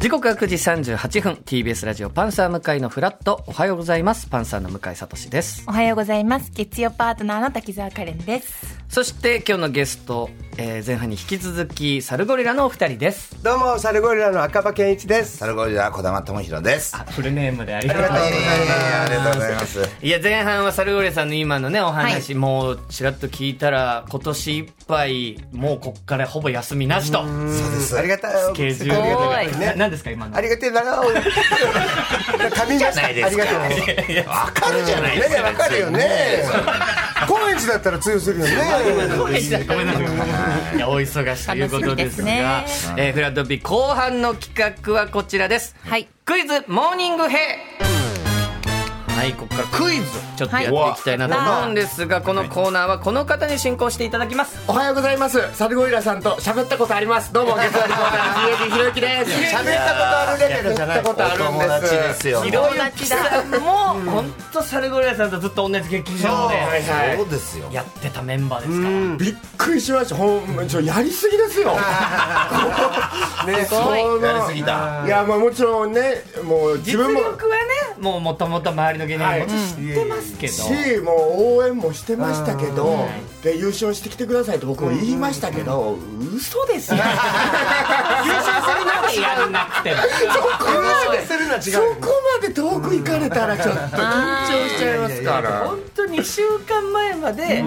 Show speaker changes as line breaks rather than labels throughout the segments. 時刻は9時38分 TBS ラジオパンサー向井のフラットおはようございますパンサーの向井聡です
おはようございます。月曜パートナーの滝沢カレンです。
そして今日のゲスト、えー前半に引き続きサルゴリラのお二人です
どうもサルゴリラの赤羽健一です
サルゴリラ児玉智弘です。
フルネームでありが
ありがとうございます。
いや前半はサルゴリラさんの今のねお話、もうちらっと聞いたら今年いっぱいもうこっからほぼ休みなしと
そうです。
ありがたい
スケジュー
すごい
ル
ね
な何ですか今の
ありがてえなお髪が
ないですか
ありがとう
わかるじゃない
ねえわかるよね高円寺だったら通用するよね
ごめんなさいごめんなさいいやお忙しいということですが
楽しみです
えーフラットビー後半の企画はこちらです
はい。
クイズモーニングヘイはいここからクイズをちょっとやっていきたいなと思うんですが、このコーナーはこの方に進行していただきます
おはようございます。サルゴリラさんと喋ったことあります。どうも、ゲストリポーターのひろゆきひろゆきです。
喋ったことあるレベルじゃ
喋っ
ない
たことあるん
友
です。
達ですよ。
ひ
も
ろ
う
ゆきさんも本当サルゴリラさんとずっと同じ劇場で
そうですよ。
やってたメンバーですから、
びっくりしました。ほん、ちょ、やりすぎですよ。ね、そ
やりす
の。
ぎた。
いや、まあ、もちろんね、もう、自
実
分
力
も。
はねもうもともと周りの芸人も知ってますけど、
しもう応援もしてましたけど、で優勝してきてくださいと僕も言いましたけど、嘘ですよ
優勝するまでやらなくても
そこまです
るのは違
そこまで遠く行かれたらちょっと緊張しちゃいますから
本当2週間前まで、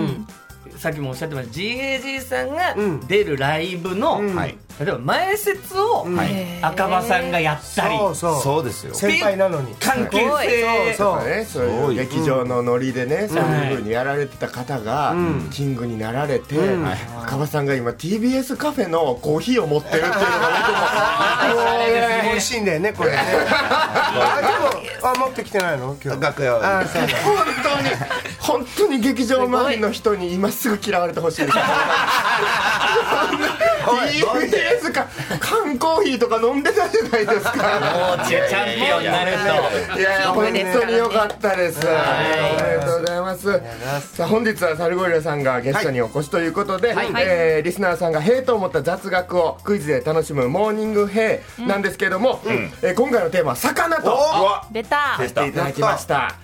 さっきもおっしゃってました GAG さんが
ん
出るライブの、
はい。
例えば前説を
はい
赤羽さんがやったり、
そうそう
そうですよ。
先輩なのに
関係性
そう
そうね、そういう劇場のノリでね、そういう風にやられてた方が、キングになられて、はい赤羽さんが今 TBS カフェのコーヒーを持ってるっていうの
美味しいんだよねこれねあでもあ持ってきてないの今日
楽屋は
あそうだ
が本当に本当に劇場周りの人に今すぐ嫌われてほしいです TBS か缶コーヒーとか飲んでたじゃないですか
もうチャンピオンになる
いや
キング
本
です
当に良かったです、ありがとうございますさあ本日はサルゴリラさんがゲストにお越しということで、
はい
えーリスナーさんが「へえ」と思った雑学をクイズで楽しむ「モーニングへイなんですけども、えー今回のテーマは「魚」と
おわ
出た。
出
していただきました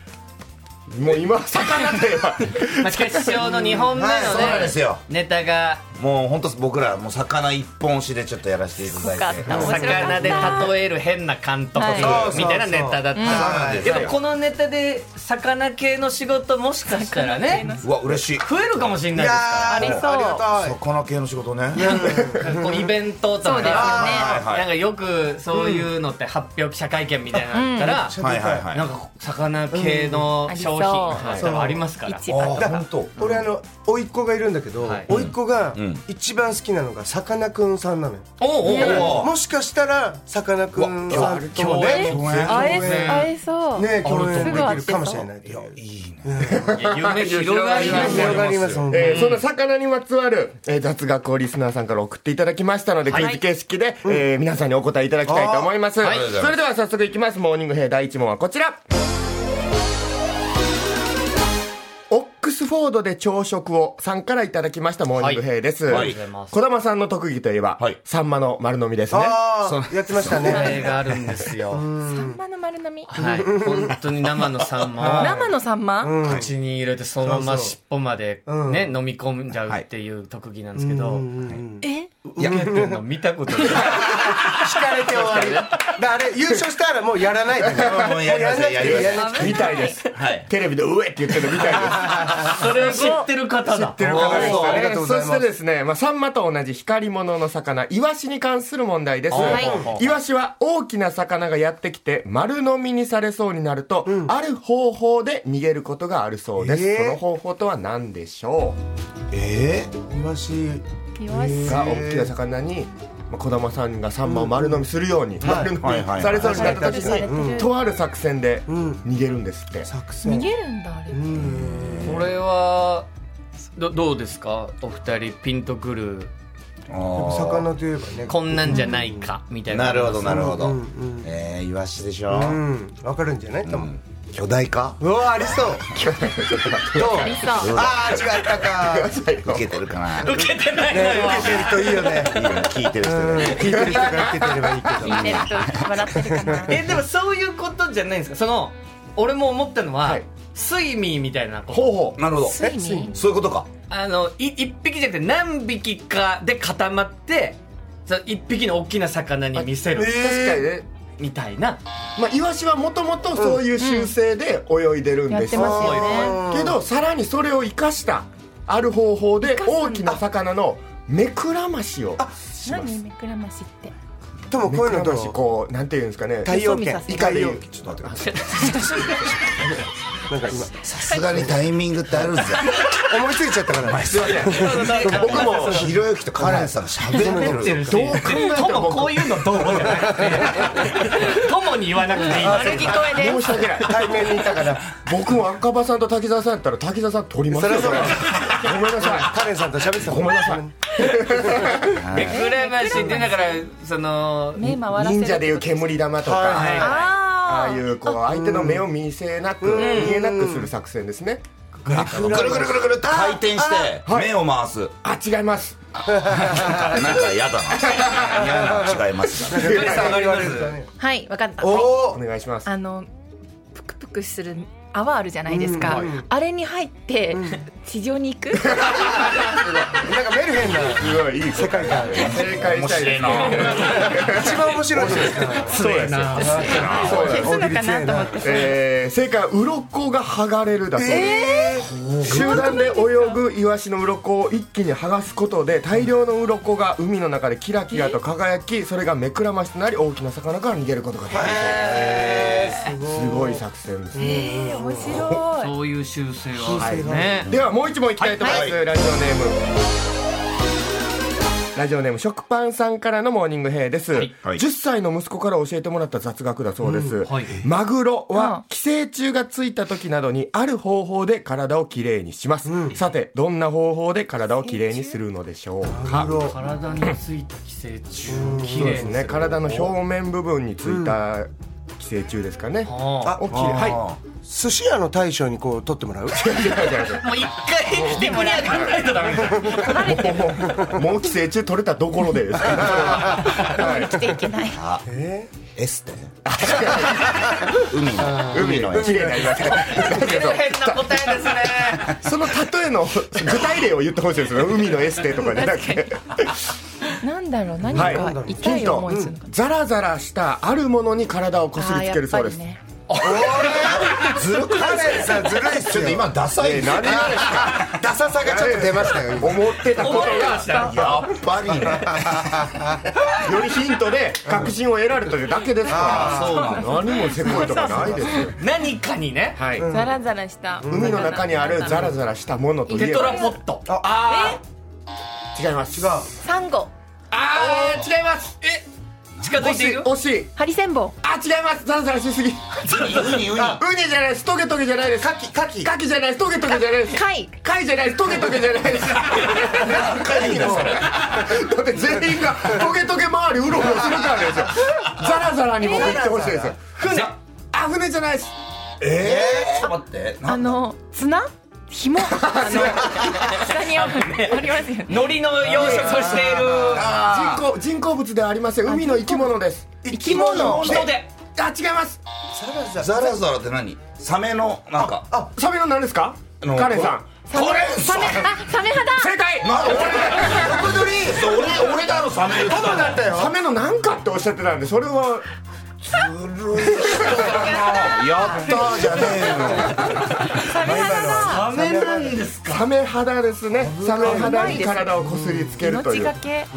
もう今は魚って言えば
と、まあ、決勝の2本目のね、
はいそうなんですよ
ネタが
もう本当僕らもう魚一本押しでちょっとやらせていただいて
すごかった
魚で例える変な監督
はい
みたいなネタだった、
はいそうそうそう
でもこのネタで魚系の仕事もしかしたらね
うわ嬉しい
増えるかもしれないですか
あ
りそう
ありがたい
魚系の仕事ね
らこうイベントとか
そうですよね
あーはいはい
なんかよくそういうのって発表記者会見みたいなのあったら、
はいはいはい
なんか魚系の商品とか多分ありますから、
一番。
あ本当
俺あの甥っ子がいるんだけど
はい
甥っ子が
うん
一番好きなのがさかなクンさんなのよ
おうおうおう
もしかしたらさかなクンさんとも
うわ
ね
共演
会え、会えそう。
ね共
あ
演
る
で
と思
き
う
るかもしれないという
いいね
いや夢広がります
広が
よ
ります本当に
えーそんな魚にまつわる、えー雑学をリスナーさんから送っていただきましたので、クイズ形式で、えー皆さんにお答えいただきたいと思います、
い
それでは早速いきますモーニングヘイ第1問はこちらオックスフォードで朝食をさんからいただきましたモーニングヘイです、
はい
ありがとうございます
小玉さんの特技といえば、
はい
サンマの丸飲みですね
ああやってましたね
映画あるんですよ、
サンマの丸飲み。
はい本当に生のサンマを
生のサンマ。
口に入れてそのまま尻尾までね飲み込んじゃうっていう特技なんですけど
え。
受けてるの見たことない
引かれて終わりだからあれ優勝したらもうやらないでね
もうやりませんやりません
や
みたいです
はい
テレビで「上」って言ってるみたいです
それを知ってる方だ
ってる方ですね
おー
ありがとうございます
そしてですね、まあ、サンマと同じ光り物の魚イワシに関する問題です、
はい
イワシは大きな魚がやってきて丸飲みにされそうになると、ある方法で逃げることがあるそうです、
えー
その方法とは何でしょ
えー
イワシ
よし
う。が大きな魚に、まあ、小玉さんがサンマを丸飲みするように、丸飲み
はいはい
されそうになった時
はいはいはい
に、とある作戦で
ん
逃げるんですって、
作
逃
戦
げるんだ、あれ。
これはどどうですかお二人ピンとくる
あー
魚といえばね
こんなんじゃないかみたいな
なるほどなるほ
う
ど
んうん
えーイワシでしょ
うんわかるんじゃない多分
巨大化
うわありそうどう
ありそう
ああ違ったか
受けてるかな
受けてないのよ
受けるといいよね
いいよね聞いてる人ね
聞いてる人が受けてればいいけど
聞いてると笑ってるかな
えでもそういうことじゃないんですかその俺も思ったのは、
はい
スイミーみたいなこと
ほうほう
なるほど
ついに
そういうことか
あのい一匹じゃなくて何匹かで固まってその一匹の大きな魚に見せる
確かにね
みたいな、
まあイワシはもともとそういう習性で泳いでるん
やっ
です
て
よ
ますよね
あ
けどさらにそれを生かしたある方法で大きな魚の目くらましをします
何目くらましって
でも
目
こう
く
いうの
ら
ど
まし
う
こうなんていうんですかね
太陽
嘘見さ
圏
せ
イ
る
カ
太
で言
陽
う
圏
ちょっと待ってくだ
なんか今
さいさすがにタイミングってあるんですよ
思いついちゃったからね
すいません僕も
ひろゆきとカレンさんが喋ってる
どう考えても
ともこういうのどうじゃなくてともに言わなくていい
悪聞こえで
申
す
し訳ない対面にいたから僕も赤羽さんと滝沢さんやったら滝沢さん取りますよ
そりゃ
それごめんなさい
カレンさんと喋ってた
ごめんなさい
目くらましってだからその
目回らせる
忍者でいう煙玉とか、
はい
はい
あ
あ
あ
あ
いうこう相手の目を見せなく、見えなくする作戦ですね、
ぐるぐるぐるぐるって回転して目を回す
あ違います
なんか嫌だな嫌な違います
ひとりさんわかります
はいわかった
お願いします
あのプクプクする泡あるじゃないですか、あれに入って、地上に行く
なんかメルヘンな
すごいいい世界観正解したいですね
一番面白いじゃないですか
そうやな
そうなんです
消すのかなと思って
えー、正解は鱗が剥がれるだそうです、集団で泳ぐイワシの鱗を一気に剥がすことで大量の鱗が海の中でキラキラと輝きそれが目くらましとなり大きな魚から逃げることができるそうすごい作戦ですね
えー、面白い
そういう習性はあるね
ではもう一問いきたいと思います、ラジオネームラジオネーム食パンさんからのモーニングヘイです、
はい
はい
10歳の息子から教えてもらった雑学だそうです、
はい
マグロ
うん
は寄生虫がついた時などにある方法で体をきれいにします、さてどんな方法で体をきれいにするのでしょうか
か体についた寄生虫き
そう
れい
ですね体の表面部分についた寄生虫ですかね、
も
をきれ いは
寿司屋の大将にこう取ってもらう
い違う違う違う
う一回来てもらわないとダメだ
もう寄生虫取れたどころでですから
生きていけない
え
エステ海の海 のエス
海
テ
でなりますから
変な答えですね
その例えの具体例を言ってほしいですね海のエステとかじゃなくて
なんだろう何
はい
か痛
ヒン
い
ト
思いするのかな、
ザラザラしたあるものに体をこす
あ
りつけるそうです
ーやっぱ
ずるくカレンさんずるいっすちょっと今ダサい
え何がですかダサさがちょっと出ましたよ思ってたこと
思
が
いました
やっぱりね
よりヒントで確信を得られただけですから
そうな
何もせこいとかないですよ
何かにね
はい
りねザラザラした
海の中にあるザラザラしたものとい
テ
え
ト
ば
ラポットあ
違います違う
サンゴ
あー違いますえ近づ
惜
い
して
い
い
る
惜しい
ハリセンボン
あ違いますザラザラしすぎ
ウニウニ
あウニじゃないですトゲトゲじゃないですカキカキカキじゃないですトゲトゲじゃないです
貝
貝じゃないですトゲトゲじゃないです
貝の
だって全員がトゲトゲ周りうろうろするからですよザラザラにも言ってほしいですよ
船
あ船じゃないです
ええちょっと待って
あの綱 紐あの下にあるありますよね
海苔の養殖をしている
人工人工物ではありません海の生き物です生き物
人で
あ違います
ザラザラって何サメのなんか
あサメの何ですか
あの
カレンさん
これ
サメあサメ肌
正解
な俺横取り俺俺だろサメ言ってたの
サメの何かっておっしゃってたんでそれは
やったーじゃね
サメ肌だ
ダメなんです
サメ肌ですねサメ肌に体をこすりつけるとい
命
う
がけ
ね、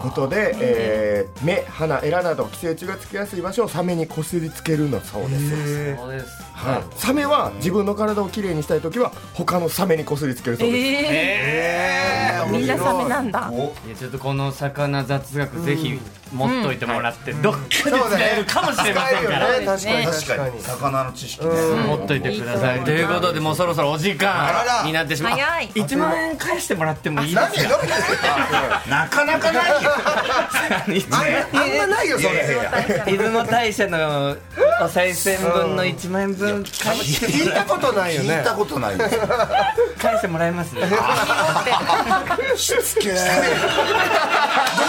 ことで、えー目鼻エラなど寄生虫がつきやすい場所をサメにこすりつけるのそうです、
そうです
はい、サメは自分の体をきれいにしたい時は他のサメにこすりつけるそうです、
え
え
ー、みんなサメなんだ
お
いやちょっとこの魚雑学ぜひ持っといてもらってどっかで使えるかもしれませんから
ね確かに
確
確
か
か
に
に
魚の知識ね
持っといてくださいということでもうそろそろお時
あ
間
らら
になってしまう
早い
1万円返してもらってもいいですか
なかなかないよ
1万円
あんまないよそれ
いやいや
出雲大社のお賽銭分の1万円分返し
聞いたことないよ
聞
ね
いたことないですよ
返してもらえます
しつけ
ど
え
う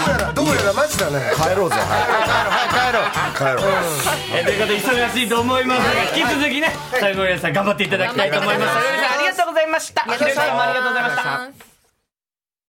やらどうやらマジだね
帰ろうぜはい帰ろう帰ろう
えということで忙しいと思いますが引き続きね最後森さん頑張っていただきたいと思います。
頑張ってください
森さんありがとうございました。ひろゆきさんもありがとうございました。
す